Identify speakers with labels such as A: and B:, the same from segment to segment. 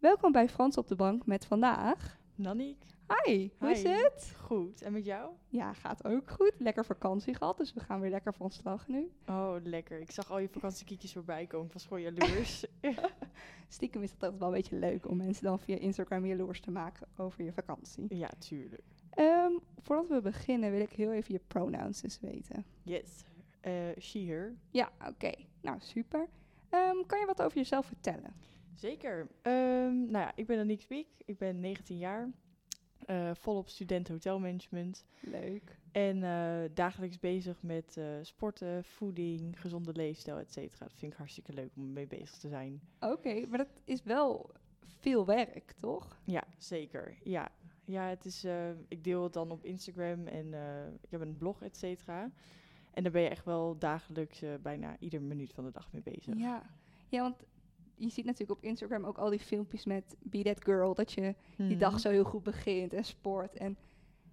A: Welkom bij Frans op de Bank met vandaag.
B: Nanniek.
A: Hi, hoe is
B: Hi.
A: het?
B: Goed. En met jou?
A: Ja, gaat ook goed. Lekker vakantie gehad, dus we gaan weer lekker van slag nu.
B: Oh, lekker. Ik zag al je vakantiekiekjes voorbij komen. Ik was gewoon jaloers.
A: Stiekem is dat altijd wel een beetje leuk om mensen dan via Instagram jaloers te maken over je vakantie.
B: ja, tuurlijk.
A: Ehm, voordat we beginnen wil ik heel even je pronouns eens weten.
B: Yes. Eh she, her.
A: Ja, oké. Nou, super. Ehm, kan je wat over jezelf vertellen?
B: Zeker. Ehm, nou ja, ik ben Nanniek Spiek. Ik ben 19 jaar. Eh, volop student hotelmanagement.
A: Leuk.
B: En eh, dagelijks bezig met eh, sporten, voeding, gezonde leefstijl, et cetera. Dat vind ik hartstikke leuk om mee bezig te zijn.
A: Oké, maar dat is wel veel werk, toch?
B: Ja, zeker. Ja, ja het is, eh, ik deel het dan op Instagram en eh, ik heb een blog, et cetera. En daar ben je echt wel dagelijks eh, bijna ieder minuut van de dag mee bezig.
A: Ja. Ja, want je ziet natuurlijk op Instagram ook al die filmpjes met Be That Girl, dat je die
B: Mm.
A: dag zo heel goed begint en sport. En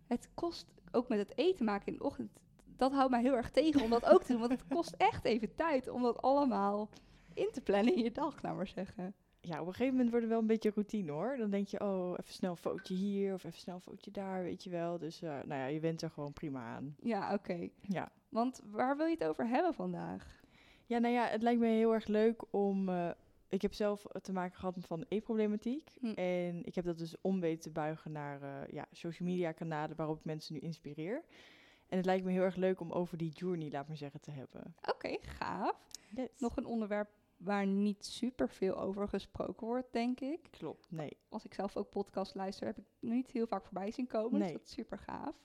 A: het kost ook met het eten maken in de ochtend. Dat houdt mij heel erg tegen om dat ook te doen. Want het kost echt even tijd om dat allemaal in te plannen in je dag, nou maar zeggen.
B: Ja, op een gegeven moment wordt het wel een beetje routine hoor. Dan denk je, oh, even snel een foutje hier of even snel een foutje daar, weet je wel. Dus eh, nou ja, je went er gewoon prima aan.
A: Ja, oké.
B: Ja.
A: Want waar wil je het over hebben vandaag?
B: Ja, nou ja, het lijkt me heel erg leuk om. eh, ik heb zelf te maken gehad met van e-problematiek.
A: Hm.
B: En ik heb dat dus om weten te buigen naar eh, ja, social media kanalen waarop ik mensen nu inspireer. En het lijkt me heel erg leuk om over die journey, laat maar zeggen, te hebben.
A: Oké, gaaf.
B: Nog
A: Nog een onderwerp waar niet superveel over gesproken wordt, denk ik.
B: klopt. Nee.
A: Als ik zelf ook podcast luister, heb ik niet heel vaak voorbij zien komen. Dus
B: Nee.
A: dat is super gaaf.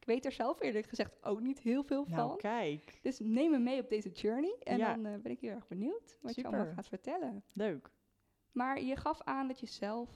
A: Ik weet er zelf eerlijk gezegd ook niet heel veel
B: Nou,
A: van.
B: kijk.
A: Dus neem me mee op deze journey. En
B: Ja.
A: dan eh, ben ik heel erg benieuwd wat je allemaal
B: Super.
A: gaat vertellen.
B: Leuk.
A: Maar je gaf aan dat je zelf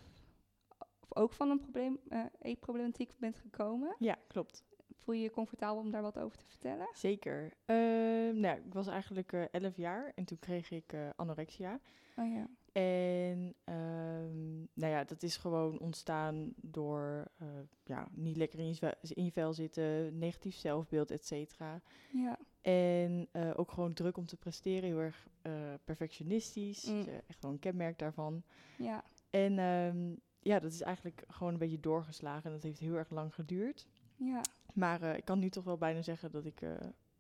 A: of ook van een probleem, eh eetproblematiek bent gekomen.
B: Ja, klopt.
A: Voel je je comfortabel om daar wat over te vertellen?
B: Zeker. Ehm, nou, ik was eigenlijk eh, 11 jaar en toen kreeg ik eh, anorexia.
A: Oh ja.
B: En ehm, nou ja, dat is gewoon ontstaan door eh, ja, niet lekker in je, zwe- in je vel zitten, negatief zelfbeeld, et cetera.
A: Ja.
B: En eh, ook gewoon druk om te presteren, heel erg eh, perfectionistisch.
A: Mm.
B: is, eh, echt wel een kenmerk daarvan.
A: Ja.
B: En ehm, ja, dat is eigenlijk gewoon een beetje doorgeslagen en dat heeft heel erg lang geduurd.
A: Ja.
B: Maar eh, ik kan nu toch wel bijna zeggen dat ik eh,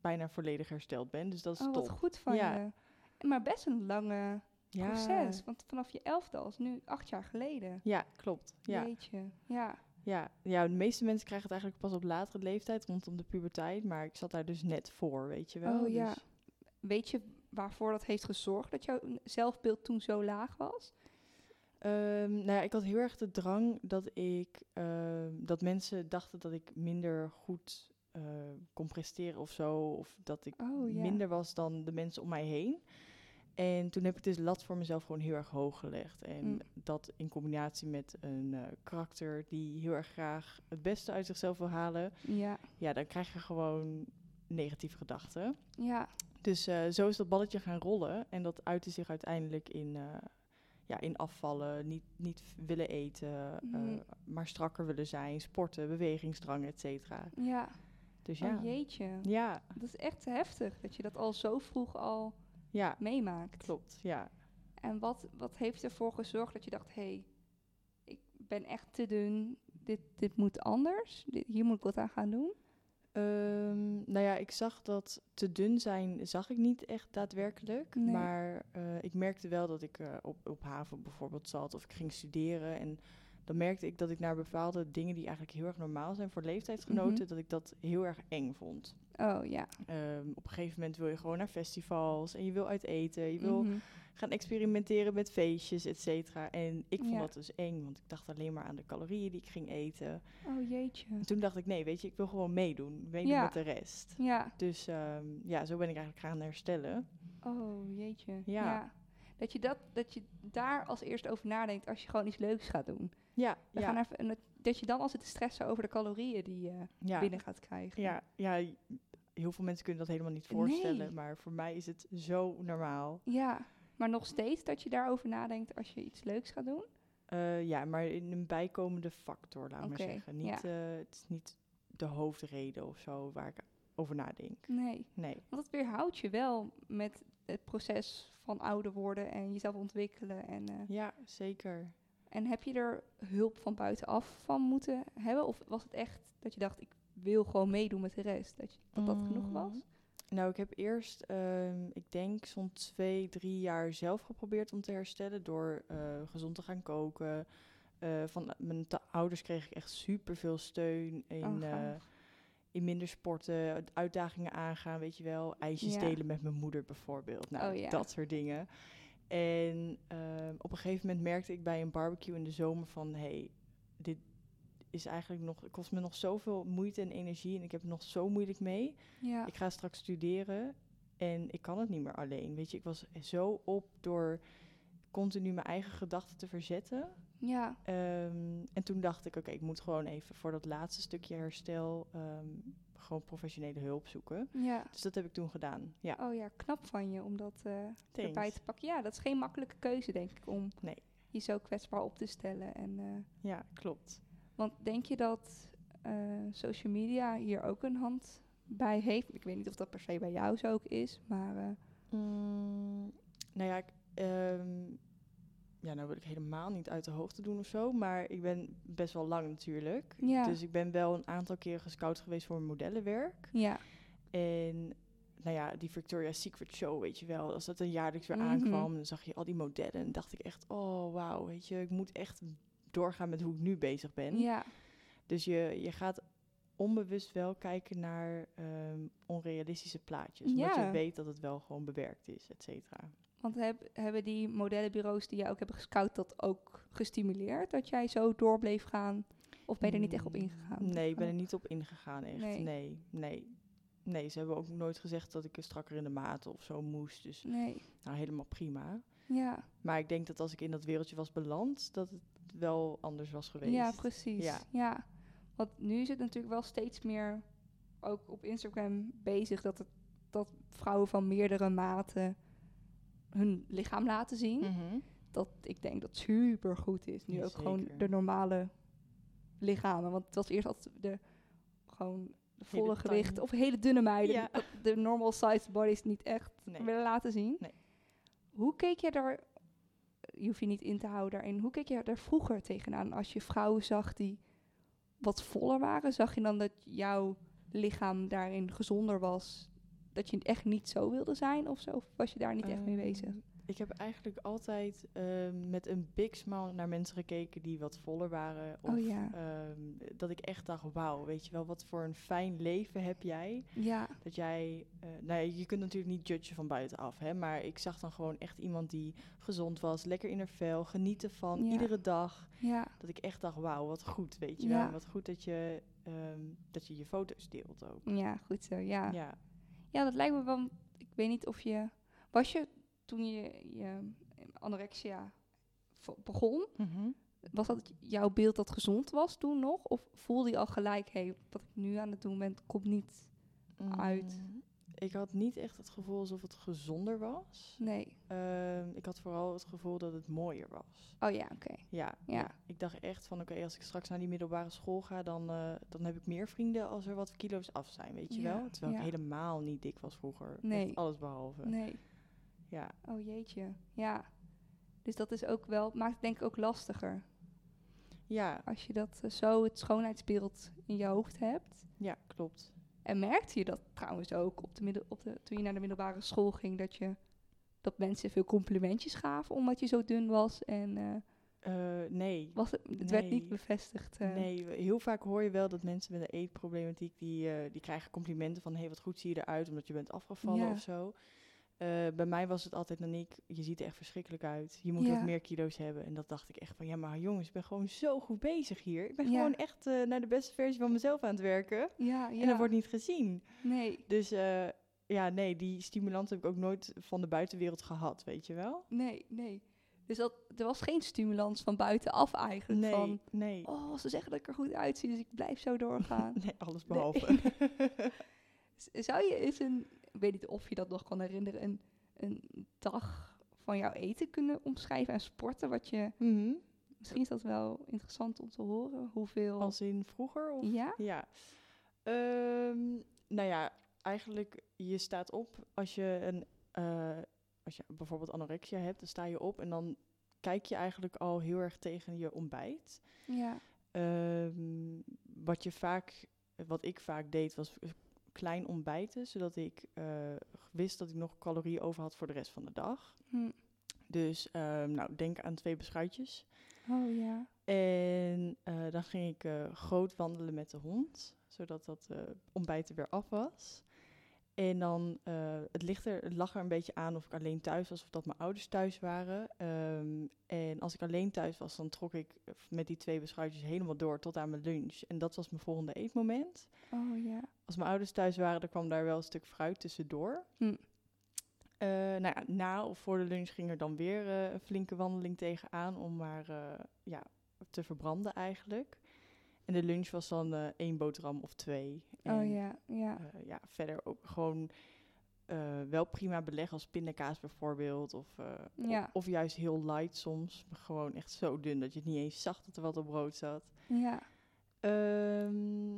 B: bijna volledig hersteld ben, dus dat is
A: Oh,
B: top.
A: wat goed van
B: Ja.
A: je. Maar best een lange
B: ja.
A: proces. Want vanaf je elfde al is nu acht jaar geleden.
B: Ja, klopt. Ja.
A: Jeetje. Ja.
B: Ja, ja, de meeste mensen krijgen het eigenlijk pas op latere leeftijd, rondom de puberteit. Maar ik zat daar dus net voor, weet je wel.
A: Oh, ja.
B: Dus,
A: Weet je waarvoor dat heeft gezorgd dat jouw zelfbeeld toen zo laag was?
B: ehm, nou ja, ik had heel erg de drang dat ik ehm, dat mensen dachten dat ik minder goed eh, kon presteren of zo. Of dat ik
A: Oh ja.
B: minder was dan de mensen om mij heen. En toen heb ik dus lat voor mezelf gewoon heel erg hoog gelegd. En
A: Mm.
B: dat in combinatie met een eh, karakter die heel erg graag het beste uit zichzelf wil halen.
A: Ja.
B: Ja, dan krijg je gewoon negatieve gedachten.
A: Ja.
B: Dus eh, zo is dat balletje gaan rollen. En dat uitte zich uiteindelijk in, eh, ja, in afvallen, niet, niet willen eten, eh,
A: Mm.
B: maar strakker willen zijn, sporten, bewegingsdrang, et cetera.
A: Ja.
B: Dus ja.
A: Oh jeetje.
B: ja,
A: Dat is echt heftig dat je dat al zo vroeg al
B: ja,
A: meemaakt.
B: klopt. Ja.
A: En wat, wat heeft ervoor gezorgd dat je dacht, hé, hey, ik ben echt te dun, dit, dit moet anders, Dit- hier moet ik wat aan gaan doen?
B: Ehm, nou ja, ik zag dat te dun zijn zag ik niet echt daadwerkelijk.
A: Nee.
B: Maar eh, ik merkte wel dat ik eh, op, op haven bijvoorbeeld zat of ik ging studeren. En dan merkte ik dat ik naar bepaalde dingen die eigenlijk heel erg normaal zijn voor leeftijdsgenoten,
A: Mhm.
B: dat ik dat heel erg eng vond.
A: Oh ja.
B: Ehm, op een gegeven moment wil je gewoon naar festivals en je wil uit eten, je wil
A: Mhm.
B: gaan experimenteren met feestjes, et cetera. En ik vond
A: Ja.
B: dat dus eng, want ik dacht alleen maar aan de calorieën die ik ging eten.
A: Oh jeetje.
B: En toen dacht ik, nee, weet je, ik wil gewoon meedoen, meedoen
A: Ja.
B: met de rest.
A: Ja.
B: Dus ehm, ja, zo ben ik eigenlijk gaan herstellen.
A: Oh jeetje.
B: Ja.
A: Dat, je dat, dat je daar als eerst over nadenkt als je gewoon iets leuks gaat doen.
B: Ja,
A: We
B: ja,
A: gaan even, en dat, dat je dan als het stressen over de calorieën die je
B: ja,
A: binnen gaat krijgen.
B: ja, ja, heel veel mensen kunnen dat helemaal niet
A: Nee.
B: voorstellen, maar voor mij is het zo normaal.
A: Ja. Maar nog steeds dat je daarover nadenkt als je iets leuks gaat doen?
B: Eh, ja, maar in een bijkomende factor, laat maar
A: Oké,
B: zeggen. Niet, eh, het is niet de hoofdreden of zo waar ik over nadenk.
A: Nee.
B: Nee,
A: Want dat weerhoudt je wel met het proces van ouder worden en jezelf ontwikkelen. En eh,
B: ja, zeker.
A: En heb je er hulp van buitenaf van moeten hebben? Of was het echt dat je dacht, ik wil gewoon meedoen met de rest? Dat je, dat, dat genoeg
B: Mm.
A: was?
B: Nou, ik heb eerst, ehm, ik denk, zo'n twee, drie jaar zelf geprobeerd om te herstellen. Door eh, gezond te gaan koken. Eh, van mijn ta- ouders kreeg ik echt super veel steun in,
A: Oh,
B: eh,
A: gaaf.
B: in minder sporten, uitdagingen aangaan, weet je wel. IJsjes
A: Ja.
B: delen met mijn moeder bijvoorbeeld. Nou,
A: Oh, ja.
B: dat soort dingen. En ehm, op een gegeven moment merkte ik bij een barbecue in de zomer van... hey, dit is eigenlijk nog, kost me nog zoveel moeite en energie en ik heb het nog zo moeilijk mee
A: Ja.
B: ik ga straks studeren en ik kan het niet meer alleen. Weet je, ik was zo op door continu mijn eigen gedachten te verzetten.
A: ja.
B: Ehm, en toen dacht ik, oké, ik moet gewoon even voor dat laatste stukje herstel ehm, gewoon professionele hulp zoeken.
A: Ja.
B: Dus dat heb ik toen gedaan. Ja,
A: Oh ja, knap van je om dat eh,
B: thanks.
A: erbij te pakken. Ja, dat is geen makkelijke keuze, denk ik, om
B: Nee.
A: je zo kwetsbaar op te stellen. En, eh,
B: Ja, klopt.
A: want denk je dat eh, social media hier ook een hand bij heeft? Ik weet niet of dat per se bij jou zo ook is, maar eh,
B: Mm, nou ja, ik, ehm, ja, nou wil ik helemaal niet uit de hoogte doen of zo, maar ik ben best wel lang natuurlijk.
A: Ja.
B: Dus ik ben wel een aantal keren gescout geweest voor mijn modellenwerk.
A: ja.
B: En nou ja, die Victoria's Secret Show, weet je wel. Als dat een jaarlijks weer
A: Mhm.
B: aankwam, dan zag je al die modellen. En dacht ik echt, oh wauw, weet je, ik moet echt doorgaan met hoe ik nu bezig ben.
A: Ja,
B: Dus je, je gaat onbewust wel kijken naar ehm, onrealistische plaatjes. Omdat
A: Ja.
B: je weet dat het wel gewoon bewerkt is, et cetera.
A: want heb, hebben die modellenbureaus die jij ook hebben gescout dat ook gestimuleerd? Dat jij zo door bleef gaan? Of ben je er niet echt op
B: Mm,
A: ingegaan?
B: Nee, ik ben er
A: niet.
B: niet op ingegaan echt.
A: Nee.
B: Nee. nee, nee. ze hebben ook nooit gezegd dat ik er strakker in de maat of zo moest. Dus
A: Nee,
B: nou, helemaal prima.
A: ja.
B: Maar ik denk dat als ik in dat wereldje was beland, dat het wel anders was geweest.
A: Ja, precies. Ja.
B: Ja.
A: Want nu is het natuurlijk wel steeds meer ook op Instagram bezig dat, het, dat vrouwen van meerdere maten hun lichaam laten zien.
B: Mhm.
A: Dat ik denk dat super goed is. Nu
B: Ja,
A: ook gewoon
B: zeker.
A: de normale lichamen. Want het was eerst altijd de gewoon de volle
B: Hele
A: gewicht
B: tiny.
A: of hele dunne meiden.
B: Ja.
A: die De normal sized bodies niet echt
B: Nee.
A: willen laten zien.
B: Nee.
A: Hoe keek je daar, je hoeft je niet in te houden daarin, hoe keek je daar vroeger tegenaan als je vrouwen zag die wat voller waren? Zag je dan dat jouw lichaam daarin gezonder was? Dat je echt niet zo wilde zijn of zo? Of was je daar niet echt mee
B: Ehm,
A: bezig?
B: Ik heb eigenlijk altijd ehm, met een big smile naar mensen gekeken die wat voller waren. Of
A: Oh ja.
B: ehm, dat ik echt dacht, wauw, weet je wel, wat voor een fijn leven heb jij.
A: Ja,
B: Dat jij, eh, nou ja, je kunt natuurlijk niet judgen van buitenaf, hè. Maar ik zag dan gewoon echt iemand die gezond was, lekker in haar vel, genieten van,
A: Ja.
B: iedere dag.
A: ja,
B: Dat ik echt dacht, wauw, wat goed, weet je
A: Ja.
B: wel. Wat goed dat je, ehm, dat je je foto's deelt ook.
A: ja, goed zo, ja. ja.
B: ja.
A: dat lijkt me wel, ik weet niet of je, was je toen je, je anorexia vo- begon, Was dat jouw beeld dat gezond was toen nog? Of voelde je al gelijk, hé, hey, wat ik nu aan het doen ben, komt niet... uit?
B: Mm, Ik had niet echt het gevoel alsof het gezonder was.
A: Nee.
B: Ehm, ik had vooral het gevoel dat het mooier was.
A: Oh ja, oké.
B: Ja,
A: Ja.
B: ik dacht echt van oké, als ik straks naar die middelbare school ga, dan, eh, dan heb ik meer vrienden als er wat kilo's af zijn, weet je
A: Ja,
B: wel? Terwijl
A: ja.
B: ik helemaal niet dik was vroeger.
A: Nee.
B: Echt alles behalve.
A: Nee.
B: Ja.
A: Oh jeetje. Ja. Dus dat is ook wel, maakt het denk ik ook lastiger.
B: ja,
A: Als je dat eh, zo, het schoonheidsbeeld in je hoofd hebt.
B: ja, klopt.
A: En merkte je dat trouwens ook op de middel, op de, toen je naar de middelbare school ging, dat je... Dat mensen veel complimentjes gaven omdat je zo dun was. En eh,
B: Eh, nee,
A: was het, het werd
B: Nee.
A: niet bevestigd. eh.
B: Nee, we- heel vaak hoor je wel dat mensen met een eetproblematiek, die, eh, die krijgen complimenten van, hé, hey, wat goed zie je eruit, omdat je bent afgevallen
A: Ja.
B: of zo. Eh, bij mij was het altijd, Naniek, je ziet er echt verschrikkelijk uit. Je moet
A: Ja.
B: wat meer kilo's hebben. En dat dacht ik echt van, ja, maar jongens, ik ben gewoon zo goed bezig hier. Ik ben
A: Ja.
B: gewoon echt eh, naar de beste versie van mezelf aan het werken.
A: Ja, ja.
B: En dat wordt niet gezien.
A: Nee,
B: Dus eh, ja, nee, die stimulans heb ik ook nooit van de buitenwereld gehad, weet je wel?
A: Nee, nee. Dus dat, er was geen stimulans van buitenaf eigenlijk.
B: Nee,
A: Van,
B: nee,
A: oh, ze zeggen dat ik er goed uitzie, dus ik blijf zo doorgaan.
B: nee, alles
A: Nee.
B: behalve.
A: Z- Zou je eens een, ik weet niet of je dat nog kan herinneren, een, een dag van jouw eten kunnen omschrijven en sporten? Wat je,
B: Mhm.
A: misschien is dat wel interessant om te horen, hoeveel...
B: Als in vroeger of
A: ja?
B: Ja. Ehm, nou ja, eigenlijk, je staat op als je, een, eh, als je bijvoorbeeld anorexia hebt, dan sta je op en dan kijk je eigenlijk al heel erg tegen je ontbijt.
A: Ja.
B: Ehm, wat, je vaak, wat ik vaak deed was eh, klein ontbijten, zodat ik eh, wist dat ik nog calorieën over had voor de rest van de dag.
A: Hm.
B: Dus ehm, nou, denk aan twee beschuitjes.
A: Oh ja.
B: En eh, dan ging ik eh, groot wandelen met de hond, zodat dat eh ontbijt er weer af was. En dan, eh, het, ligt er, het lag er een beetje aan of ik alleen thuis was of dat mijn ouders thuis waren. Ehm, en als ik alleen thuis was, dan trok ik eh, met die twee beschuitjes helemaal door tot aan mijn lunch. En dat was mijn volgende eetmoment.
A: Oh ja.
B: Als mijn ouders thuis waren, dan kwam daar wel een stuk fruit tussendoor.
A: Hm.
B: Eh, nou ja, na of voor de lunch ging er dan weer eh, een flinke wandeling tegenaan om maar eh, ja, te verbranden eigenlijk. En de lunch was dan eh, één boterham of twee.
A: Oh
B: En,
A: ja. Ja.
B: eh, ja, verder ook gewoon eh, wel prima beleg als pindakaas bijvoorbeeld. Of, eh, of-
A: Ja.
B: of juist heel light soms. Maar gewoon echt zo dun dat je het niet eens zag dat er wat op brood zat.
A: Ja.
B: Ehm,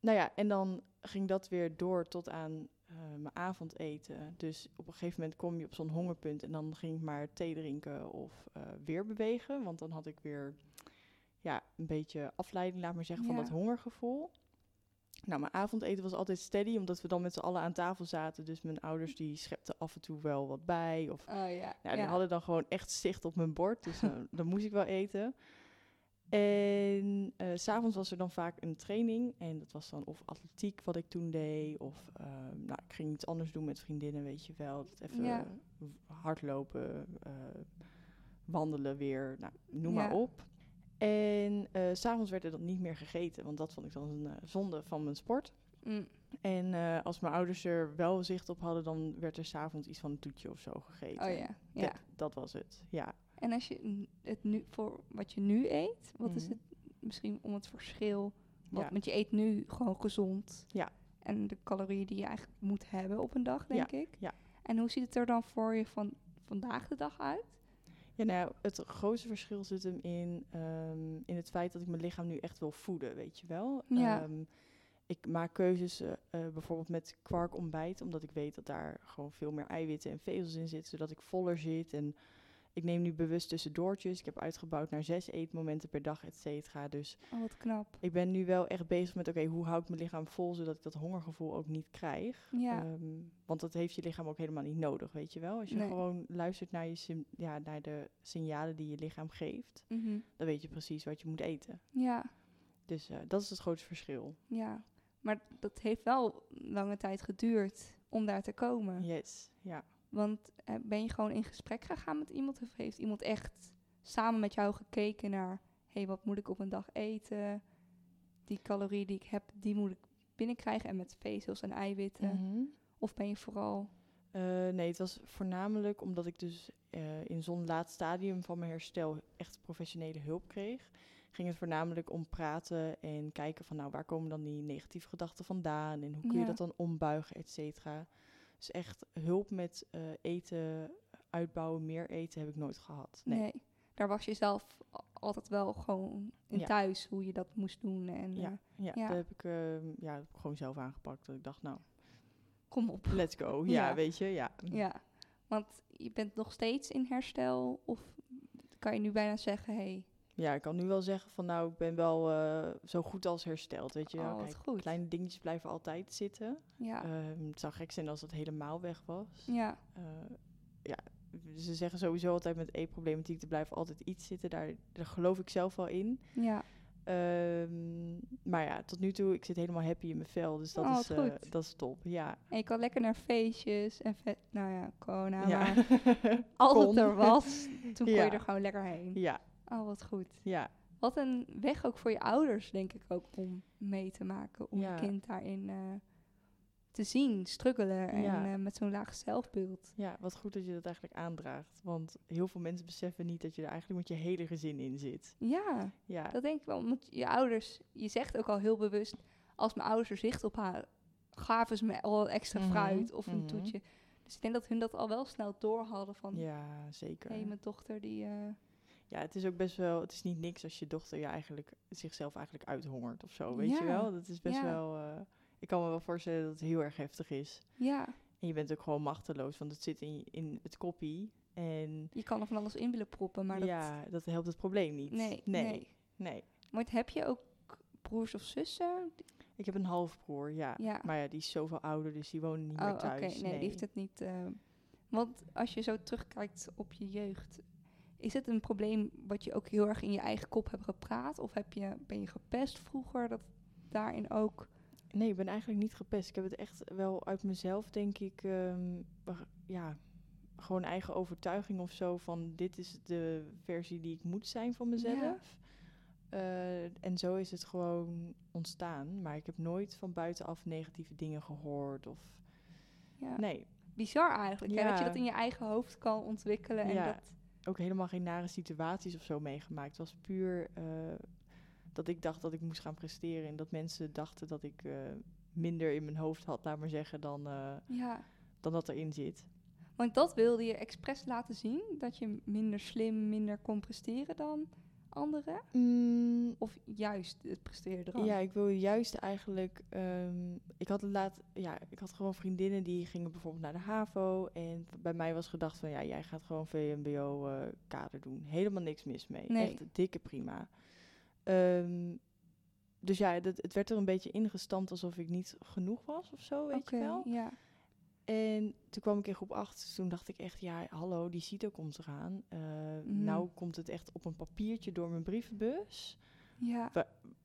B: nou ja, en dan ging dat weer door tot aan eh, mijn avondeten. Dus op een gegeven moment kom je op zo'n hongerpunt en dan ging ik maar thee drinken of eh, weer bewegen. Want dan had ik weer ja, een beetje afleiding, laat maar zeggen, van
A: Ja.
B: dat hongergevoel. Nou, mijn avondeten was altijd steady, omdat we dan met z'n allen aan tafel zaten. Dus mijn ouders die schepten af en toe wel wat bij. Of
A: Oh ja.
B: nou, die hadden dan gewoon echt zicht op mijn bord. Dus dan, dan moest ik wel eten. En eh, s s'avonds was er dan vaak een training. En dat was dan of atletiek wat ik toen deed. Of ehm, nou, ik ging iets anders doen met vriendinnen, weet je wel. Dat even
A: Ja.
B: hardlopen, eh, wandelen weer. Nou, noem maar
A: Ja.
B: op. En eh, s s'avonds werd er dan niet meer gegeten. Want dat vond ik dan een eh, zonde van mijn sport.
A: Mm.
B: En eh, als mijn ouders er wel zicht op hadden, dan werd er s'avonds iets van een toetje of zo gegeten.
A: Oh ja.
B: Ja.
A: Ja.
B: Dat, dat was het, ja.
A: En als je n- het nu voor wat je nu eet, wat is
B: Mhm.
A: het misschien om het verschil? Wat,
B: Ja.
A: Want je eet nu gewoon gezond.
B: Ja.
A: En de calorieën die je eigenlijk moet hebben op een dag, denk ik.
B: ja.
A: En hoe ziet het er dan voor je van vandaag de dag uit?
B: ja nou, ja, het grootste verschil zit hem in, ehm, in het feit dat ik mijn lichaam nu echt wil voeden, weet je wel.
A: Ja.
B: Ehm, ik maak keuzes eh, eh, bijvoorbeeld met kwark ontbijt, omdat ik weet dat daar gewoon veel meer eiwitten en vezels in zitten, zodat ik voller zit. En ik neem nu bewust tussendoortjes. Ik heb uitgebouwd naar zes eetmomenten per dag, et cetera. Dus
A: Oh, wat knap.
B: ik ben nu wel echt bezig met, oké, hoe hou ik mijn lichaam vol, zodat ik dat hongergevoel ook niet krijg.
A: Ja.
B: Ehm, want dat heeft je lichaam ook helemaal niet nodig, weet je wel. Als je
A: Nee.
B: gewoon luistert naar, je sim- ja, naar de signalen die je lichaam geeft,
A: Mhm.
B: dan weet je precies wat je moet eten.
A: Ja.
B: Dus eh, dat is het grootste verschil.
A: Ja. Maar dat heeft wel lange tijd geduurd om daar te komen.
B: Yes, ja.
A: Want eh, ben je gewoon in gesprek gegaan met iemand? Of heeft iemand echt samen met jou gekeken naar... hé, hey, wat moet ik op een dag eten? Die calorieën die ik heb, die moet ik binnenkrijgen. En met vezels en eiwitten.
B: Mhm.
A: Of ben je vooral...
B: Eh, nee, het was voornamelijk omdat ik dus eh, in zo'n laat stadium van mijn herstel echt professionele hulp kreeg. Ging het voornamelijk om praten en kijken van nou waar komen dan die negatieve gedachten vandaan en hoe kun je
A: Ja.
B: dat dan ombuigen, et cetera. Dus echt hulp met eh, eten, uitbouwen, meer eten heb ik nooit gehad.
A: Nee.
B: Nee.
A: Daar was je zelf a- altijd wel gewoon in
B: Ja.
A: thuis hoe je dat moest doen. En
B: Ja,
A: eh,
B: ja,
A: Ja.
B: dat heb ik eh, ja, heb ik gewoon zelf aangepakt. Dat ik dacht nou,
A: kom op.
B: let's go. Ja,
A: Ja.
B: weet je, ja.
A: Ja. Want je bent nog steeds in herstel? Of kan je nu bijna zeggen... hé, hey,
B: Ja, ik kan nu wel zeggen van nou, ik ben wel eh, zo goed als hersteld, weet je. wel.
A: oh, wat
B: Kijk,
A: goed.
B: Kleine dingetjes blijven altijd zitten.
A: Ja.
B: Ehm, het zou gek zijn als dat helemaal weg was.
A: ja.
B: Eh, ja, ze zeggen sowieso altijd met e-problematiek, er blijft altijd iets zitten. Daar, daar geloof ik zelf wel in.
A: Ja.
B: Ehm, maar ja, tot nu toe, ik zit helemaal happy in mijn vel. Dus dat,
A: Oh,
B: is,
A: wat
B: eh,
A: goed.
B: dat is top, ja.
A: En je kan lekker naar feestjes en vet. Nou ja, corona.
B: ja.
A: Maar als
B: Kon.
A: het er was, toen kon
B: Ja.
A: je er gewoon lekker heen.
B: ja,
A: Oh, wat goed.
B: ja.
A: Wat een weg ook voor je ouders, denk ik ook, om mee te maken. Om
B: Ja.
A: je kind daarin eh, te zien, struggelen en
B: Ja.
A: eh, met zo'n laag zelfbeeld.
B: Ja, wat goed dat je dat eigenlijk aandraagt. Want heel veel mensen beseffen niet dat je er eigenlijk met je hele gezin in zit.
A: Ja,
B: Ja,
A: dat denk ik wel. Want je ouders, je zegt ook al heel bewust, als mijn ouders er zicht op haar, gaven ze me al extra
B: Mhm,
A: fruit of een
B: mhm.
A: toetje. Dus ik denk dat hun dat al wel snel door hadden van, hé,
B: ja zeker.
A: mijn dochter die... eh,
B: Ja, het is ook best wel, het is niet niks als je dochter je eigenlijk zichzelf eigenlijk uithongert of zo, weet je
A: Ja,
B: wel? Dat is best
A: ja.
B: wel, eh, ik kan me wel voorstellen dat het heel erg heftig is.
A: ja,
B: En je bent ook gewoon machteloos, want het zit in, in het koppie. En
A: Je kan er van alles in willen proppen, maar dat...
B: ja, dat helpt het probleem niet.
A: Nee,
B: nee.
A: nee.
B: nee.
A: Maar heb je ook broers of zussen?
B: Ik heb een halfbroer, ja.
A: Ja.
B: Maar ja, die is zoveel ouder, dus die woont niet
A: Oh,
B: meer
A: oké.
B: thuis.
A: Nee, die heeft het niet. eh, want als je zo terugkijkt op je jeugd, is het een probleem wat je ook heel erg in je eigen kop hebt gepraat? Of heb je, ben je gepest vroeger? Dat daarin ook.
B: Nee, ik ben eigenlijk niet gepest. Ik heb het echt wel uit mezelf, denk ik, ehm, waar- ja, gewoon eigen overtuiging of zo van dit is de versie die ik moet zijn van mezelf. Eh, en zo is het gewoon ontstaan. Maar ik heb nooit van buitenaf negatieve dingen gehoord of...
A: Ja.
B: Nee,
A: Bizar eigenlijk. Ja. dat je
B: Ja.
A: dat in je eigen hoofd kan ontwikkelen. En
B: Ja.
A: dat,
B: ook helemaal geen nare situaties of zo meegemaakt. Het was puur eh, dat ik dacht dat ik moest gaan presteren en dat mensen dachten dat ik eh, minder in mijn hoofd had, laat maar zeggen, dan, eh,
A: ja.
B: dan dat erin zit.
A: Want dat wilde je expres laten zien. Dat je minder slim, minder kon presteren dan anderen. Of juist het presteren eraan.
B: Mm, Ja, ik wil juist eigenlijk. ehm, ik had laat, ja, ik had gewoon vriendinnen die gingen bijvoorbeeld naar de HAVO. En bij mij was gedacht van ja, jij gaat gewoon VMBO eh, kader doen. Helemaal niks mis mee.
A: Nee.
B: Echt dikke prima. Ehm, dus ja, dat, het werd er een beetje ingestampt alsof ik niet genoeg was of zo, weet
A: Oké,
B: je wel.
A: ja.
B: En toen kwam ik in groep 8. Toen dacht ik echt, ja, hallo, die CITO komt eraan. Eh
A: Mhm.
B: Nou komt het echt op een papiertje door mijn brievenbus
A: Ja.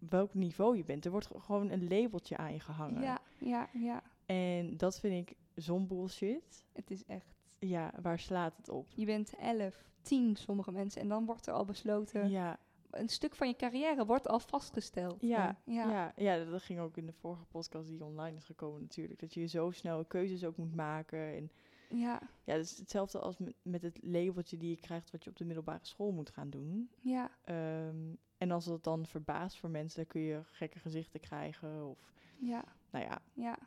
B: welk niveau je bent. Er wordt ge- gewoon een labeltje aan je gehangen.
A: Ja, ja, ja.
B: En dat vind ik zo'n bullshit.
A: Het is echt.
B: Ja, waar slaat het op?
A: Je bent 11, 10 sommige mensen. En dan wordt er al besloten.
B: Ja,
A: Een stuk van je carrière wordt al vastgesteld.
B: Ja,
A: Eh, ja.
B: ja. ja, dat dat ging ook in de vorige podcast die online is gekomen natuurlijk. Dat je zo snel keuzes ook moet maken. En
A: ja,
B: ja, dat is hetzelfde als met, met het labeltje die je krijgt wat je op de middelbare school moet gaan doen.
A: ja.
B: Ehm, en als dat dan verbaast voor mensen, dan kun je gekke gezichten krijgen. Of,
A: ja,
B: nou ja.
A: ja.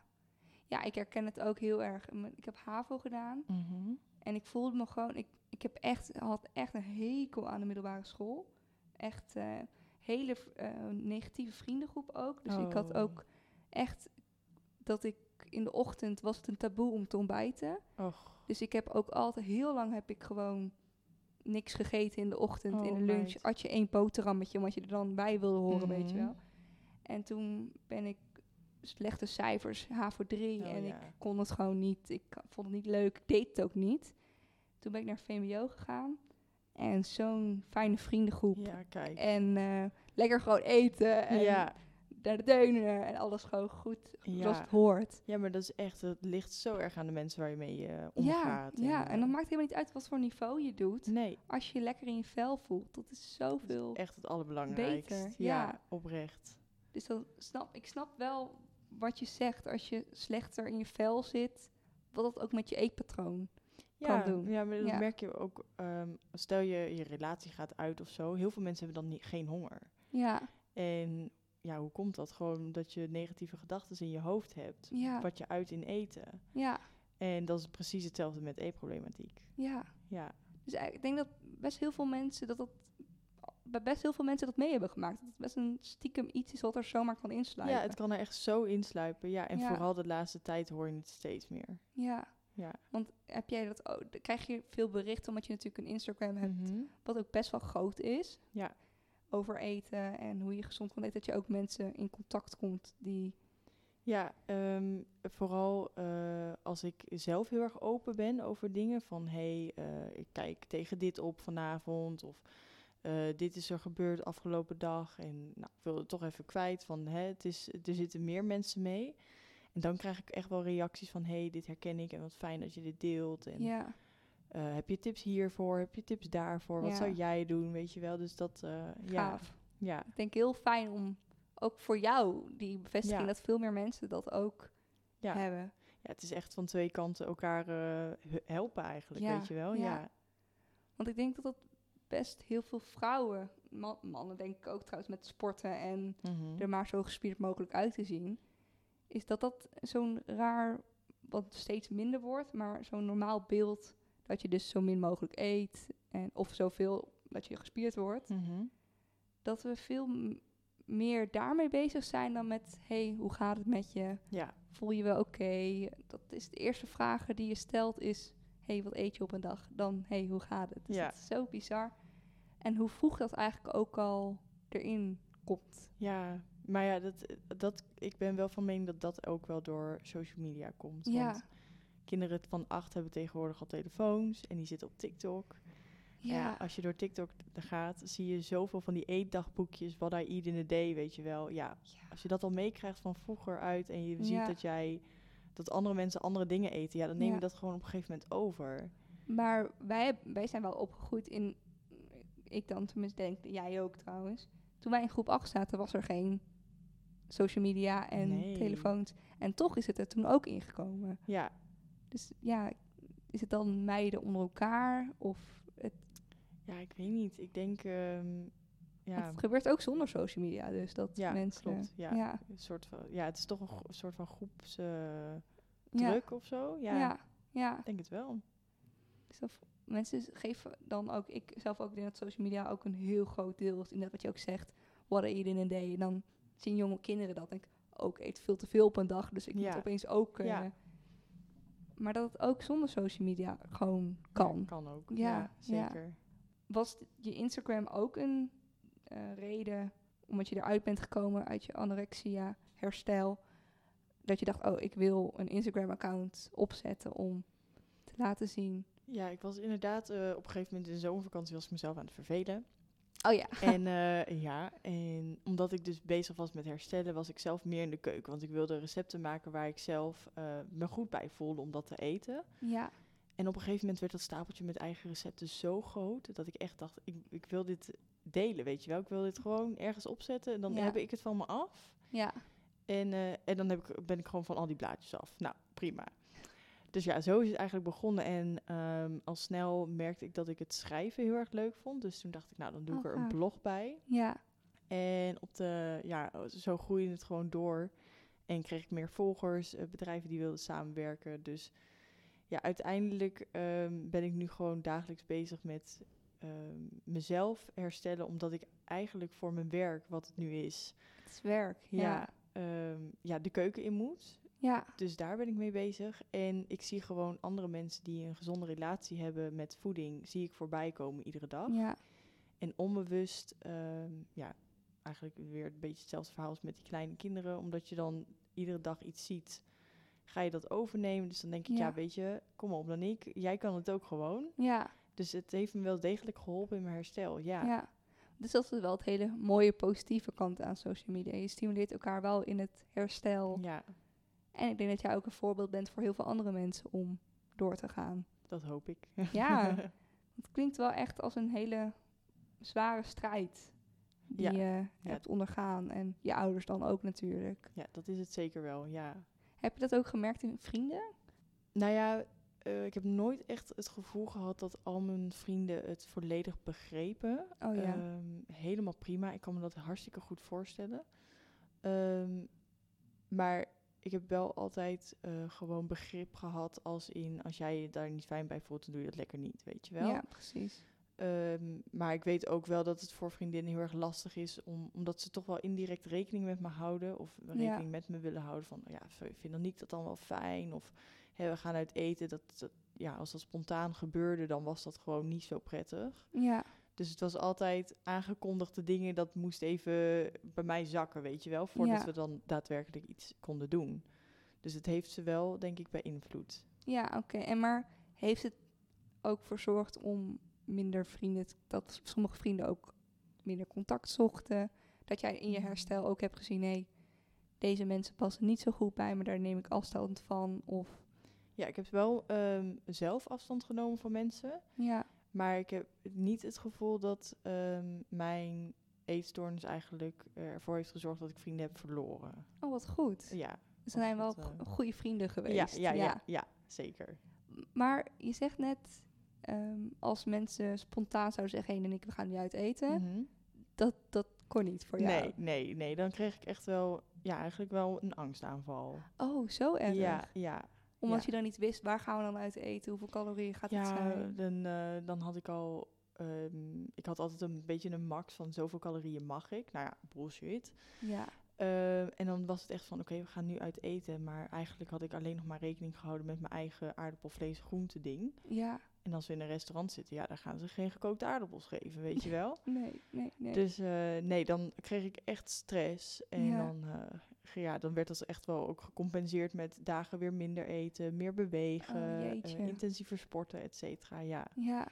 A: Ja, ik herken het ook heel erg. M- Ik heb HAVO gedaan en ik voelde me gewoon... Ik, ik heb echt, had echt een hekel aan de middelbare school. Echt eh hele v- eh, negatieve vriendengroep ook. Dus ik had
B: Oh.
A: ook echt dat ik in de ochtend... was het een taboe om te ontbijten.
B: Och,
A: Dus ik heb ook altijd, heel lang heb ik gewoon niks gegeten in de ochtend, in
B: Oh,
A: de lunch.
B: meid.
A: Had je één boterhammetje, omdat je er dan bij wilde horen, weet je
B: Mhm.
A: wel. En toen ben ik slechte cijfers, HAVO 3.
B: Oh,
A: en
B: ja.
A: ik kon het gewoon niet, ik vond het niet leuk, ik deed het ook niet. Toen ben ik naar VMBO gegaan. En zo'n fijne vriendengroep.
B: ja, kijk.
A: En eh, lekker gewoon eten. En
B: ja.
A: naar de deunen. En alles gewoon goed, zoals
B: ja.
A: het hoort.
B: Ja, maar dat is echt, dat ligt zo erg aan de mensen waar je mee eh, omgaat.
A: Ja, ja,
B: eh,
A: en dan maakt het helemaal niet uit wat voor niveau je doet.
B: Nee,
A: Als je je lekker in je vel voelt, dat is zoveel.
B: echt het allerbelangrijkste.
A: Beter,
B: ja,
A: ja.
B: oprecht.
A: Dus dan snap, ik snap wel wat je zegt. Als je slechter in je vel zit, wat dat ook met je eetpatroon.
B: Ja,
A: doen.
B: ja, maar dat
A: Ja.
B: merk je ook. ehm, stel je je relatie gaat uit of zo. Heel veel mensen hebben dan niet, geen honger.
A: Ja,
B: En ja, hoe komt dat? Gewoon dat je negatieve gedachten in je hoofd hebt.
A: ja,
B: Wat je uit in eten.
A: ja,
B: En dat is precies hetzelfde met eetproblematiek.
A: ja.
B: Ja,
A: Dus eigenlijk- ik denk dat best heel veel mensen dat, dat bij best heel veel mensen dat mee hebben gemaakt. Dat het best een stiekem iets is wat er zomaar kan insluiten.
B: ja het kan er echt zo insluipen. Ja, en
A: Ja.
B: vooral de laatste tijd hoor je het steeds meer.
A: ja.
B: Ja.
A: Want heb jij dat ook, krijg je veel berichten omdat je natuurlijk een Instagram hebt
B: Mhm.
A: wat ook best wel groot is.
B: Ja.
A: Over eten en hoe je gezond kan eten. Dat je ook mensen in contact komt die...
B: Ja, ehm, vooral eh, als ik zelf heel erg open ben over dingen. Van hé, hey, eh, ik kijk tegen dit op vanavond. Of eh, dit is er gebeurd afgelopen dag. En nou, ik wil het toch even kwijt. Van hè, het is, er zitten meer mensen mee. En dan krijg ik echt wel reacties van hé, hey, dit herken ik. En wat fijn dat je dit deelt. En
A: Ja,
B: eh, heb je tips hiervoor? Heb je tips daarvoor? Wat
A: Ja.
B: zou jij doen? Weet je wel. Dus dat, eh, ja.
A: gaaf.
B: Ja,
A: Ik denk heel fijn om ook voor jou die bevestiging...
B: Ja.
A: dat veel meer mensen dat ook
B: Ja.
A: hebben.
B: ja, het is echt van twee kanten elkaar eh, he- helpen eigenlijk.
A: Ja,
B: Weet je wel?
A: ja.
B: ja.
A: Want ik denk dat dat best heel veel vrouwen... man- mannen denk ik ook trouwens met sporten... en
B: Mhm.
A: er maar zo gespierd mogelijk uit te zien... is dat dat zo'n raar... wat steeds minder wordt... maar zo'n normaal beeld... dat je dus zo min mogelijk eet... En, of zoveel dat je gespierd wordt...
B: Mhm.
A: dat we veel m- meer daarmee bezig zijn dan met: hey, hoe gaat het met je?
B: Ja,
A: Voel je wel oké? Dat is de eerste vraag die je stelt: is: hey, wat eet je op een dag? Dan, hey, hoe gaat het? Dus
B: Ja.
A: dat is zo bizar. En hoe vroeg dat eigenlijk ook al erin komt.
B: Ja, maar ja, dat, dat, ik ben wel van mening dat dat ook wel door social media komt.
A: Ja.
B: Want kinderen van acht hebben tegenwoordig al telefoons en die zitten op TikTok. Ja. als je door TikTok t- gaat, zie je zoveel van die eetdagboekjes, wat I eat in a day, weet je wel. Ja, als je dat al meekrijgt van vroeger uit en je
A: Ja.
B: ziet dat jij, dat andere mensen andere dingen eten, ja, dan neem je
A: Ja.
B: dat gewoon op een gegeven moment over.
A: Maar wij, heb- wij zijn wel opgegroeid in, ik dan tenminste denk, jij ook trouwens. Toen wij in groep 8 zaten was er geen social media en
B: Nee.
A: telefoons. En toch is het er toen ook ingekomen.
B: Ja,
A: Dus ja, is het dan meiden onder elkaar? Of het,
B: ja ik weet niet. Ik denk, ehm,
A: want
B: ja,
A: het gebeurt ook zonder social media, dus dat
B: ja
A: mensen...
B: klopt. Ja.
A: Ja,
B: Een soort van, ja, het is toch een, gro- een soort van groeps... eh,
A: ja,
B: druk of zo. Ja,
A: ja. ja,
B: ik denk het wel.
A: Dus dat- mensen geven dan ook, ik zelf ook denk dat social media ook een heel groot deel is. Inderdaad wat je ook zegt, what I eat in a day. En dan zien jonge kinderen dat. Ik ook eet veel te veel op een dag, dus ik
B: Ja.
A: moet opeens ook kunnen.
B: Ja.
A: Maar dat het ook zonder social media gewoon kan.
B: Kan ook.
A: Ja,
B: Ja,
A: ja.
B: zeker.
A: Was je Instagram ook een eh, reden, omdat je eruit bent gekomen uit je anorexia, herstel, dat je dacht, oh, ik wil een Instagram-account opzetten om te laten zien.
B: Ja, ik was inderdaad eh, op een gegeven moment in de zomervakantie was ik mezelf aan het vervelen.
A: Oh ja,
B: en eh, ja, en omdat ik dus bezig was met herstellen, was ik zelf meer in de keuken. Want ik wilde recepten maken waar ik zelf eh, me goed bij voelde om dat te eten.
A: ja,
B: En op een gegeven moment werd dat stapeltje met eigen recepten zo groot dat ik echt dacht, ik, ik wil dit delen, weet je wel. Ik wil dit gewoon ergens opzetten en dan
A: Ja.
B: heb ik het van me af.
A: ja.
B: En, eh, en dan heb ik, ben ik gewoon van al die blaadjes af. Nou, prima. Dus ja, zo is het eigenlijk begonnen. En ehm, al snel merkte ik dat ik het schrijven heel erg leuk vond. Dus toen dacht ik, nou, dan doe
A: Oh,
B: ik er een
A: gaaf.
B: blog bij.
A: Ja,
B: En op de, ja, zo groeide het gewoon door. En kreeg ik meer volgers, eh, bedrijven die wilden samenwerken. Dus ja, uiteindelijk ehm, ben ik nu gewoon dagelijks bezig met ehm, mezelf herstellen. Omdat ik eigenlijk voor mijn werk, wat het nu is,
A: het is werk. Ja.
B: ja, ehm, ja, de keuken in moet.
A: Ja.
B: Dus daar ben ik mee bezig. En ik zie gewoon andere mensen die een gezonde relatie hebben met voeding, zie ik voorbij komen iedere dag.
A: Ja.
B: En onbewust, ehm, ja, eigenlijk weer een beetje hetzelfde verhaal als met die kleine kinderen. Omdat je dan iedere dag iets ziet, ga je dat overnemen. Dus dan denk ik, ja,
A: Ja.
B: weet je, kom op dan ik, jij kan het ook gewoon.
A: Ja.
B: Dus het heeft me wel degelijk geholpen in mijn herstel, ja.
A: ja. Dus dat is wel het hele mooie positieve kant aan social media. Je stimuleert elkaar wel in het herstel.
B: Ja,
A: En ik denk dat jij ook een voorbeeld bent voor heel veel andere mensen om door te gaan.
B: dat hoop ik.
A: Ja. Het klinkt wel echt als een hele zware strijd die
B: Ja.
A: je hebt ondergaan. En je ouders dan ook natuurlijk.
B: ja, dat is het zeker wel, ja.
A: Heb je dat ook gemerkt in vrienden?
B: Nou ja, eh, ik heb nooit echt het gevoel gehad dat al mijn vrienden het volledig begrepen.
A: Oh ja.
B: Ehm, helemaal prima. Ik kan me dat hartstikke goed voorstellen. Ehm, maar ik heb wel altijd eh, gewoon begrip gehad als in als jij je daar niet fijn bij voelt, dan doe je dat lekker niet, weet je wel.
A: Ja, precies.
B: Ehm, maar ik weet ook wel dat het voor vriendinnen heel erg lastig is, om, omdat ze toch wel indirect rekening met me houden of rekening met me willen houden. Van ja, v- vind dan niet dat dan wel fijn? Of hè, we gaan uit eten. Dat, dat- ja, als dat spontaan gebeurde, dan was dat gewoon niet zo prettig.
A: Ja.
B: Dus het was altijd aangekondigde dingen, dat moest even bij mij zakken, weet je wel, voordat
A: Ja.
B: we dan daadwerkelijk iets konden doen. Dus het heeft ze wel, denk ik, beïnvloed.
A: Ja, oké. En maar heeft het ook voor zorgd om minder vrienden, t- dat s- sommige vrienden ook minder contact zochten? Dat jij
B: Mm.
A: in je herstel ook hebt gezien, hé, deze mensen passen niet zo goed bij me, daar neem ik afstand van. Of
B: Ja, ik heb wel ehm, zelf afstand genomen van mensen.
A: ja,
B: Maar ik heb niet het gevoel dat ehm, mijn eetstoornis eigenlijk eh, ervoor heeft gezorgd dat ik vrienden heb verloren.
A: oh wat goed.
B: Ja,
A: Ze zijn wel
B: dat, eh,
A: go- goede vrienden
B: ja,
A: geweest.
B: ja, ja, ja, zeker.
A: M- Maar je zegt net, ehm, als mensen spontaan zouden zeggen, hé, en ik, we gaan nu uit eten,
B: Mhm.
A: dat, dat kon niet voor jou.
B: Nee, nee, nee. Dan kreeg ik echt wel, ja, eigenlijk wel een angstaanval.
A: Oh, zo erg.
B: Ja, ja.
A: Omdat
B: Ja.
A: je dan niet wist waar gaan we dan uit eten, hoeveel calorieën gaat het
B: ja,
A: zijn.
B: dan, eh, dan had ik al, ehm, ik had altijd een beetje een max van zoveel calorieën mag ik. Nou ja, bullshit.
A: Ja,
B: Eh, en dan was het echt van, oké, we gaan nu uit eten. Maar eigenlijk had ik alleen nog maar rekening gehouden met mijn eigen aardappelvlees groente ding.
A: Ja,
B: En als we in een restaurant zitten, ja, dan gaan ze geen gekookte aardappels geven, weet je wel.
A: nee, nee, nee.
B: Dus eh, nee, dan kreeg ik echt stress. En
A: Ja.
B: dan, eh, ge- ja, dan werd dat echt wel ook gecompenseerd met dagen weer minder eten, meer bewegen, eh,
A: Oh, jeetje.
B: intensiever sporten, et cetera. Ja.
A: ja.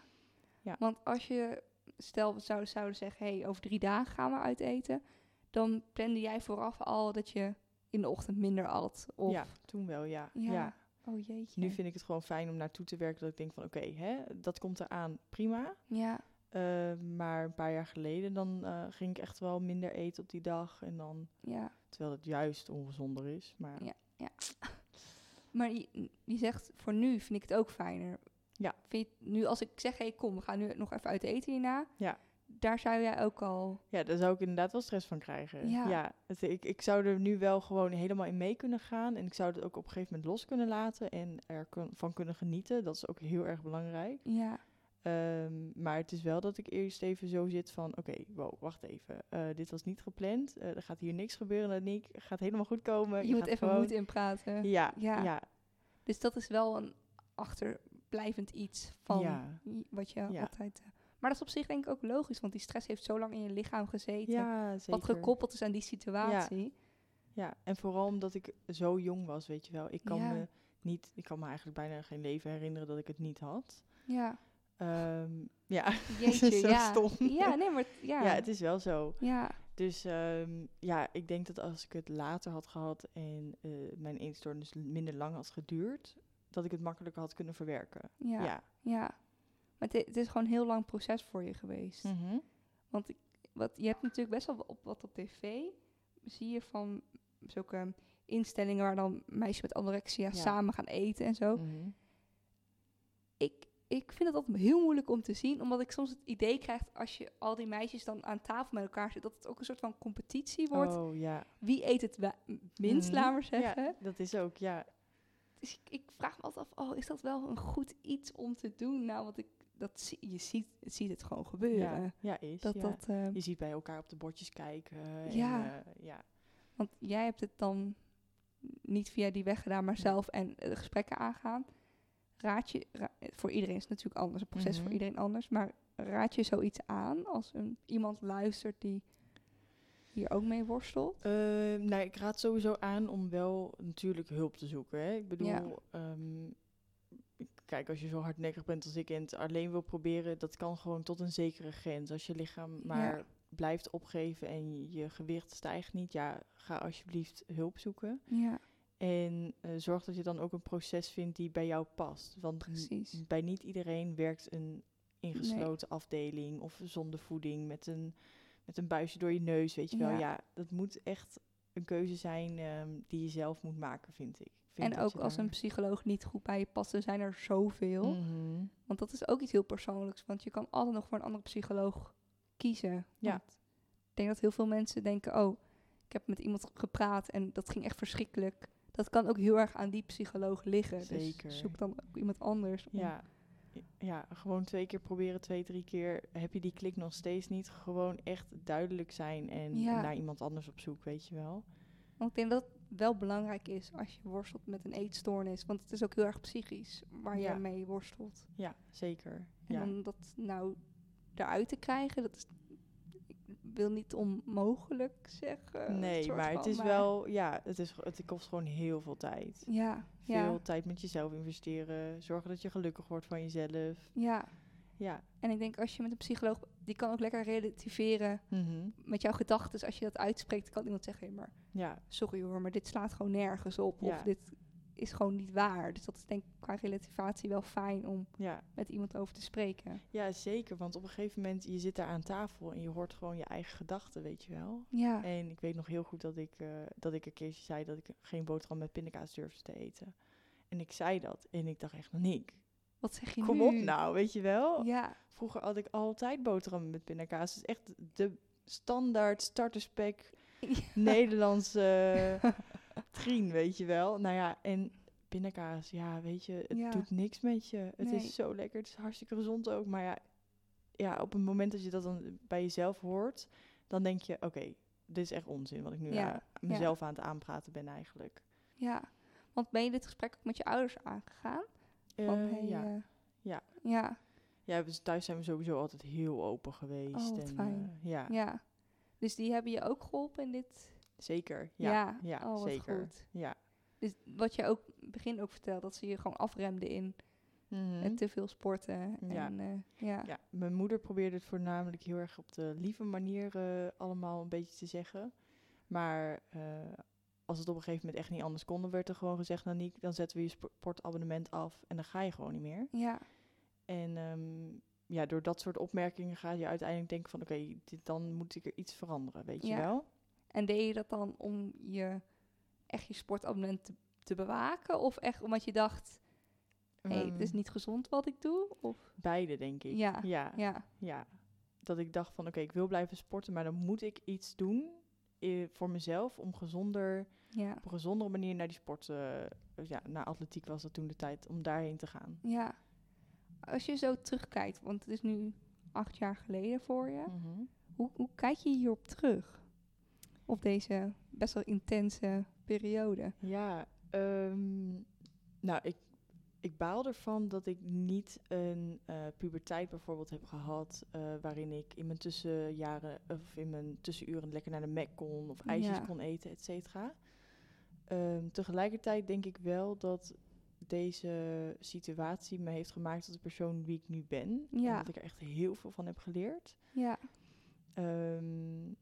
B: Ja.
A: Want als je, stel, we zouden, zouden zeggen, hé, hey, over drie dagen gaan we uit eten. Dan plande jij vooraf al dat je in de ochtend minder at. Of,
B: ja, toen wel, ja.
A: Ja.
B: ja.
A: Oh jeetje.
B: Nu vind ik het gewoon fijn om naartoe te werken dat ik denk van oké, hè, dat komt eraan, prima.
A: ja.
B: Eh, maar een paar jaar geleden dan eh, ging ik echt wel minder eten op die dag. En dan,
A: Ja,
B: terwijl het juist ongezonder is. Maar
A: Ja. maar je, je zegt voor nu vind ik het ook fijner.
B: Ja.
A: Vind je, het- nu als ik zeg, hé hey, kom, we gaan nu nog even uit eten hierna.
B: Ja.
A: Daar zou jij ook al...
B: Ja, daar zou ik inderdaad wel stress van krijgen.
A: Ja.
B: Ja, het- ik, ik zou er nu wel gewoon helemaal in mee kunnen gaan. En ik zou het ook op een gegeven moment los kunnen laten en ervan van kunnen genieten. Dat is ook heel erg belangrijk.
A: Ja,
B: Ehm, maar het is wel dat ik eerst even zo zit van... Oké, wow, wacht even. Eh, dit was niet gepland. Eh, er gaat hier niks gebeuren, Danique. gaat helemaal goed komen.
A: je, moet
B: gaat
A: even
B: gewoon-
A: moed in praten.
B: Ja,
A: Ja.
B: ja. ja,
A: Dus dat is wel een achterblijvend iets van
B: Ja.
A: i- wat je
B: Ja.
A: altijd... eh, maar dat is op zich denk ik ook logisch, want die stress heeft zo lang in je lichaam gezeten.
B: zeker.
A: Wat gekoppeld is aan die situatie.
B: Ja, en vooral omdat ik zo jong was, weet je wel. Ik kan,
A: Ja.
B: me, niet, ik kan me eigenlijk bijna geen leven herinneren dat ik het niet had.
A: Ja.
B: Ehm, ja,
A: Jeetje,
B: Zo
A: ja.
B: stom.
A: Ja, nee, maar... t- Ja,
B: ja, het is wel zo.
A: ja.
B: Dus ehm, ja, ik denk dat als ik het later had gehad en eh, mijn eetstoornis dus minder lang had geduurd, dat ik het makkelijker had kunnen verwerken.
A: ja.
B: Ja.
A: Ja, maar het, i- het is gewoon een heel lang proces voor je geweest.
B: Mhm.
A: Want ik, wat, je hebt natuurlijk best wel wa- op, wat op tv. Zie je van zulke instellingen waar dan meisjes met anorexia
B: Ja.
A: samen gaan eten en zo.
B: Mhm.
A: Ik, ik vind het altijd heel moeilijk om te zien. Omdat ik soms het idee krijg als je al die meisjes dan aan tafel met elkaar zit. Dat het ook een soort van competitie wordt.
B: Oh ja.
A: Wie eet het wa- minst,
B: Mhm.
A: laat maar zeggen.
B: ja, dat is ook, ja.
A: Dus ik, ik vraag me altijd af, oh, is dat wel een goed iets om te doen? Nou, want ik, dat zie, je ziet, ziet het gewoon gebeuren.
B: Ja, ja is.
A: Dat
B: ja.
A: dat, eh,
B: Je ziet bij elkaar op de bordjes kijken.
A: Ja.
B: En, eh, ja.
A: want jij hebt het dan niet via die weg gedaan, maar
B: Nee.
A: zelf en eh, de gesprekken aangaan. Raad je, ra- voor iedereen is het natuurlijk anders, het proces voor
B: Mhm.
A: iedereen anders, maar raad je zoiets aan als een, iemand luistert die hier ook mee worstelt?
B: Ehm, nou, ik raad sowieso aan om wel natuurlijk hulp te zoeken. Hè. Ik bedoel, ehm, ik- kijk, als je zo hardnekkig bent als ik en het alleen wil proberen, dat kan gewoon tot een zekere grens. Als je lichaam maar blijft opgeven en je gewicht stijgt niet, ja, ga alsjeblieft hulp zoeken.
A: Ja,
B: En eh, zorg dat je dan ook een proces vindt die bij jou past. Want n-
A: precies.
B: bij niet iedereen werkt een ingesloten afdeling of zonder voeding met een, met een buisje door je neus, weet je wel.
A: Ja.
B: Ja, dat moet echt een keuze zijn ehm, die je zelf moet maken, vind ik. Ik vind
A: En
B: dat
A: ook
B: je
A: als
B: daar-
A: een psycholoog niet goed bij je past, er zijn er zoveel.
B: Mhm.
A: Want dat is ook iets heel persoonlijks. Want je kan altijd nog voor een andere psycholoog kiezen.
B: Ja.
A: Want ik denk dat heel veel mensen denken... oh, ik heb met iemand gepraat en dat ging echt verschrikkelijk. Dat kan ook heel erg aan die psycholoog liggen.
B: Zeker.
A: Dus zoek dan ook iemand anders. om-
B: Ja. ja, gewoon twee keer proberen, twee, drie keer. Heb je die klik nog steeds niet? Gewoon echt duidelijk zijn en
A: Ja.
B: naar iemand anders op zoek, weet je wel.
A: Want ik denk dat het wel belangrijk is als je worstelt met een eetstoornis. Want het is ook heel erg psychisch waar
B: Ja.
A: je mee worstelt.
B: Ja, zeker.
A: En
B: Ja.
A: om dat nou eruit te krijgen, dat is... Ik wil niet onmogelijk zeggen.
B: Nee,
A: soort
B: maar het
A: van,
B: is wel, ja, het, is, het kost gewoon heel veel tijd.
A: Ja,
B: Veel
A: ja,
B: tijd met jezelf investeren. Zorgen dat je gelukkig wordt van jezelf.
A: ja.
B: Ja.
A: En ik denk als je met een psycholoog, die kan ook lekker relativeren met jouw gedachten. Als je dat uitspreekt, kan iemand zeggen: hé, maar
B: Ja,
A: sorry hoor, maar dit slaat gewoon nergens op. Of
B: Ja.
A: dit is gewoon niet waar. Dus dat is denk ik qua relativatie wel fijn om
B: ja.
A: met iemand over te spreken.
B: ja, zeker. Want op een gegeven moment, je zit daar aan tafel en je hoort gewoon je eigen gedachten, weet je wel.
A: Ja,
B: En ik weet nog heel goed dat ik, eh, dat ik een keertje zei dat ik geen boterham met pindakaas durfde te eten. En ik zei dat en ik dacht echt, Nick,
A: wat zeg je
B: kom
A: nu?
B: op nou, weet je wel.
A: Ja,
B: Vroeger had ik altijd boterhammen met pindakaas. Het is echt de standaard starterspack Nederlandse trien, weet je wel. Nou ja, en pindakaas, ja, weet je, het
A: Ja.
B: doet niks met je. Het
A: Nee.
B: is zo lekker, het is hartstikke gezond ook. Maar ja, ja, op het moment dat je dat dan bij jezelf hoort, dan denk je, oké, dit is echt onzin wat ik nu
A: Ja,
B: aan- mezelf aan het aanpraten ben eigenlijk.
A: Ja. Want ben je dit gesprek ook met je ouders aangegaan? Want
B: Eh,
A: hij,
B: ja.
A: eh,
B: Ja.
A: Ja,
B: ja, dus thuis zijn we sowieso altijd heel open
A: Oh,
B: geweest.
A: wat
B: en,
A: fijn.
B: eh, ja,
A: ja. Dus die hebben je ook geholpen in dit?
B: zeker. Ja, ja,
A: oh, wat
B: zeker.
A: goed.
B: Ja.
A: Dus wat je ook begin ook vertelde, dat ze je gewoon afremden in
B: Mhm.
A: het te veel sporten.
B: Ja.
A: En, eh, ja.
B: Ja, mijn moeder probeerde het voornamelijk heel erg op de lieve manier eh, allemaal een beetje te zeggen. Maar eh, als het op een gegeven moment echt niet anders kon, werd er gewoon gezegd, Naniek, dan zetten we je spo- sportabonnement af en dan ga je gewoon niet meer.
A: ja,
B: En ehm, ja, door dat soort opmerkingen ga je uiteindelijk denken van, oké, dit- dan moet ik er iets veranderen, weet
A: Ja.
B: je wel?
A: En deed je dat dan om je echt je sportabonnement te, te bewaken? Of echt omdat je dacht, hé, hey, het
B: Ehm,
A: is niet gezond wat ik doe? Of,
B: Beide, denk ik.
A: Ja,
B: ja.
A: ja,
B: ja. Dat ik dacht van, oké, ik wil blijven sporten, maar dan moet ik iets doen eh, voor mezelf om gezonder
A: ja,
B: op een gezondere manier naar die sport, eh, ja, naar atletiek was dat toen de tijd, om daarheen te gaan.
A: ja. Als je zo terugkijkt, want het is nu acht jaar geleden voor
B: Mhm.
A: je. Hoe, hoe kijk je hierop terug? Op deze best wel intense periode.
B: Ja, ehm, nou, ik, ik baal ervan dat ik niet een eh, puberteit bijvoorbeeld heb gehad, eh, waarin ik in mijn tussenjaren of in mijn tussenuren lekker naar de Mac kon of ijsjes
A: Ja.
B: kon eten, et cetera. Ehm, tegelijkertijd denk ik wel dat deze situatie me heeft gemaakt tot de persoon wie ik nu ben.
A: Ja.
B: En dat ik er echt heel veel van heb geleerd.
A: Ja,
B: Ehm,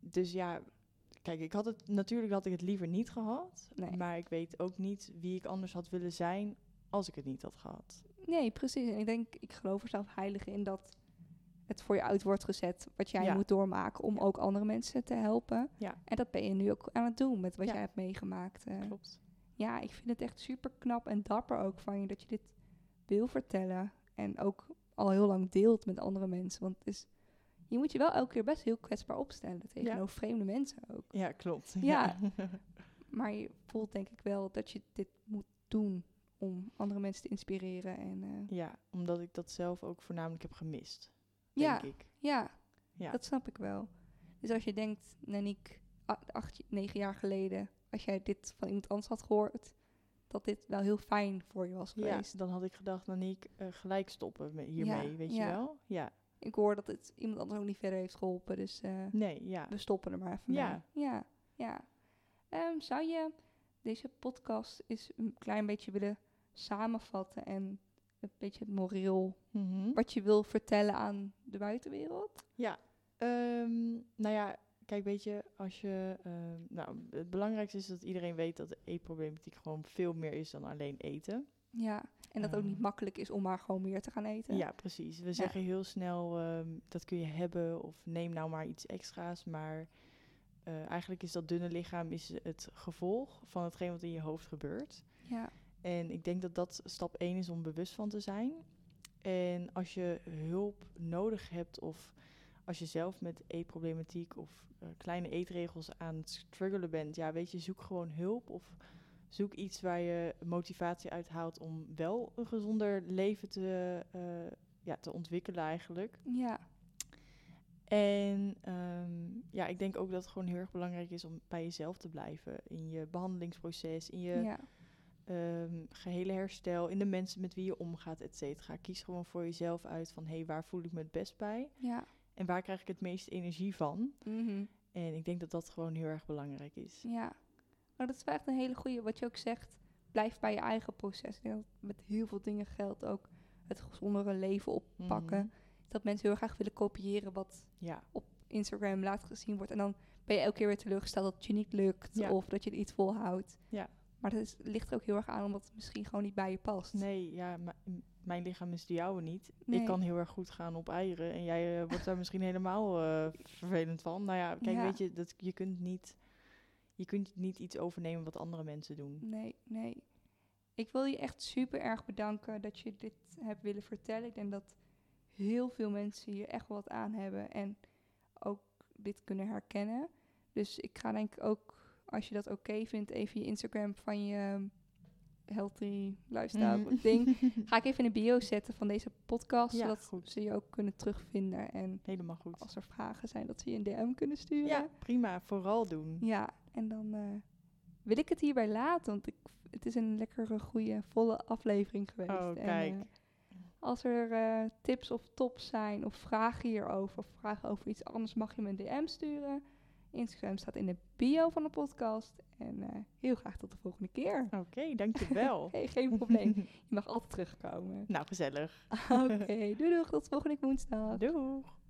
B: dus ja, kijk, ik had het natuurlijk had ik het liever niet gehad,
A: Nee.
B: maar ik weet ook niet wie ik anders had willen zijn als ik het niet had gehad.
A: nee, precies. En ik denk, ik geloof er zelf heilig in dat het voor je uit wordt gezet wat jij
B: Ja.
A: moet doormaken om ook andere mensen te helpen.
B: Ja.
A: En dat ben je nu ook aan het doen met wat
B: Ja.
A: jij hebt meegemaakt. eh.
B: Klopt.
A: ja, ik vind het echt super knap en dapper ook van je dat je dit wil vertellen. En ook al heel lang deelt met andere mensen. Want het is, je moet je wel elke keer best heel kwetsbaar opstellen tegenover vreemde mensen ook.
B: Ja, klopt.
A: Ja. Maar je voelt denk ik wel dat je dit moet doen om andere mensen te inspireren. En, eh,
B: ja, omdat ik dat zelf ook voornamelijk heb gemist,
A: ja,
B: denk ik.
A: ja,
B: Ja.
A: dat snap ik wel. Dus als je denkt, Naniek, a- acht, negen jaar geleden, als jij dit van iemand anders had gehoord, dat dit wel heel fijn voor je was
B: Ja,
A: geweest.
B: dan had ik gedacht, Naniek, eh gelijk stoppen me- hiermee, weet
A: ja.
B: je wel? Ja.
A: Ik hoor dat het iemand anders ook niet verder heeft geholpen, dus eh,
B: Nee, ja.
A: we stoppen er maar even mee.
B: Ja.
A: Ja, ja. Ehm, zou je deze podcast eens een klein beetje willen samenvatten en een beetje het moreel
B: Mhm.
A: wat je wil vertellen aan de buitenwereld.
B: Ehm, nou ja, kijk, weet je, als je. ehm, nou, het belangrijkste is dat iedereen weet dat de eetproblematiek gewoon veel meer is dan alleen eten.
A: Ja. En dat ook niet
B: Ehm.
A: makkelijk is om maar gewoon meer te gaan eten.
B: Ja, precies. We zeggen heel snel ehm, dat kun je hebben of neem nou maar iets extra's. Maar eh, eigenlijk is dat dunne lichaam is het gevolg van hetgeen wat in je hoofd gebeurt.
A: Ja.
B: En ik denk dat dat stap 1 is om bewust van te zijn. En als je hulp nodig hebt of als je zelf met eetproblematiek of eh, kleine eetregels aan het struggelen bent, ja, weet je, zoek gewoon hulp of zoek iets waar je motivatie uit haalt om wel een gezonder leven te, eh, ja, te ontwikkelen eigenlijk.
A: Ja.
B: En ehm, ja, ik denk ook dat het gewoon heel erg belangrijk is om bij jezelf te blijven in je behandelingsproces, in je
A: Ja.
B: ehm, gehele herstel, in de mensen met wie je omgaat, et cetera. Kies gewoon voor jezelf uit van, hé, hey, waar voel ik me het best bij?
A: Ja.
B: En waar krijg ik het meest energie van?
A: Mhm.
B: En ik denk dat dat gewoon heel erg belangrijk is.
A: ja. Maar dat is wel echt een hele goede, wat je ook zegt. Blijf bij je eigen proces. Ik denk dat met heel veel dingen geldt ook het gezondere leven oppakken.
B: Mhm.
A: Dat mensen heel graag willen kopiëren wat
B: Ja,
A: Instagram laat gezien wordt. En dan ben je elke keer weer teleurgesteld dat het je niet lukt.
B: Ja.
A: Of dat je er iets volhoudt.
B: Ja.
A: Maar dat is, ligt er ook heel erg aan omdat het misschien gewoon niet bij je past.
B: nee, ja, m- mijn lichaam is de jouwe niet.
A: Nee.
B: Ik kan heel erg goed gaan op eieren en jij eh, wordt daar misschien helemaal eh, vervelend van. Nou ja, kijk,
A: Ja.
B: weet je, dat, je kunt niet... Je kunt niet iets overnemen wat andere mensen doen.
A: Nee, nee. Ik wil je echt super erg bedanken dat je dit hebt willen vertellen. Ik denk dat heel veel mensen hier echt wat aan hebben en ook dit kunnen herkennen. Dus ik ga denk ik ook, als je dat oké vindt, even je Instagram van je healthy lifestyle ding, ga ik even in de bio zetten van deze podcast,
B: Mm. Ja,
A: zodat
B: goed.
A: ze je ook kunnen terugvinden. En
B: Helemaal goed.
A: als er vragen zijn, dat ze je een DM kunnen sturen.
B: Ja, prima. Vooral doen.
A: Ja, en dan eh, wil ik het hierbij laten, want ik, het is een lekkere, goede, volle aflevering geweest.
B: Oh,
A: En,
B: kijk.
A: eh, als er eh, tips of tops zijn of vragen hierover of vragen over iets anders, mag je me een DM sturen. Instagram staat in de bio van de podcast. En eh, heel graag tot de volgende keer.
B: Oké, dankjewel.
A: Hey, geen probleem. Je mag altijd terugkomen.
B: nou, gezellig.
A: Oké, doei doeg, tot volgende week woensdag.
B: Doeg.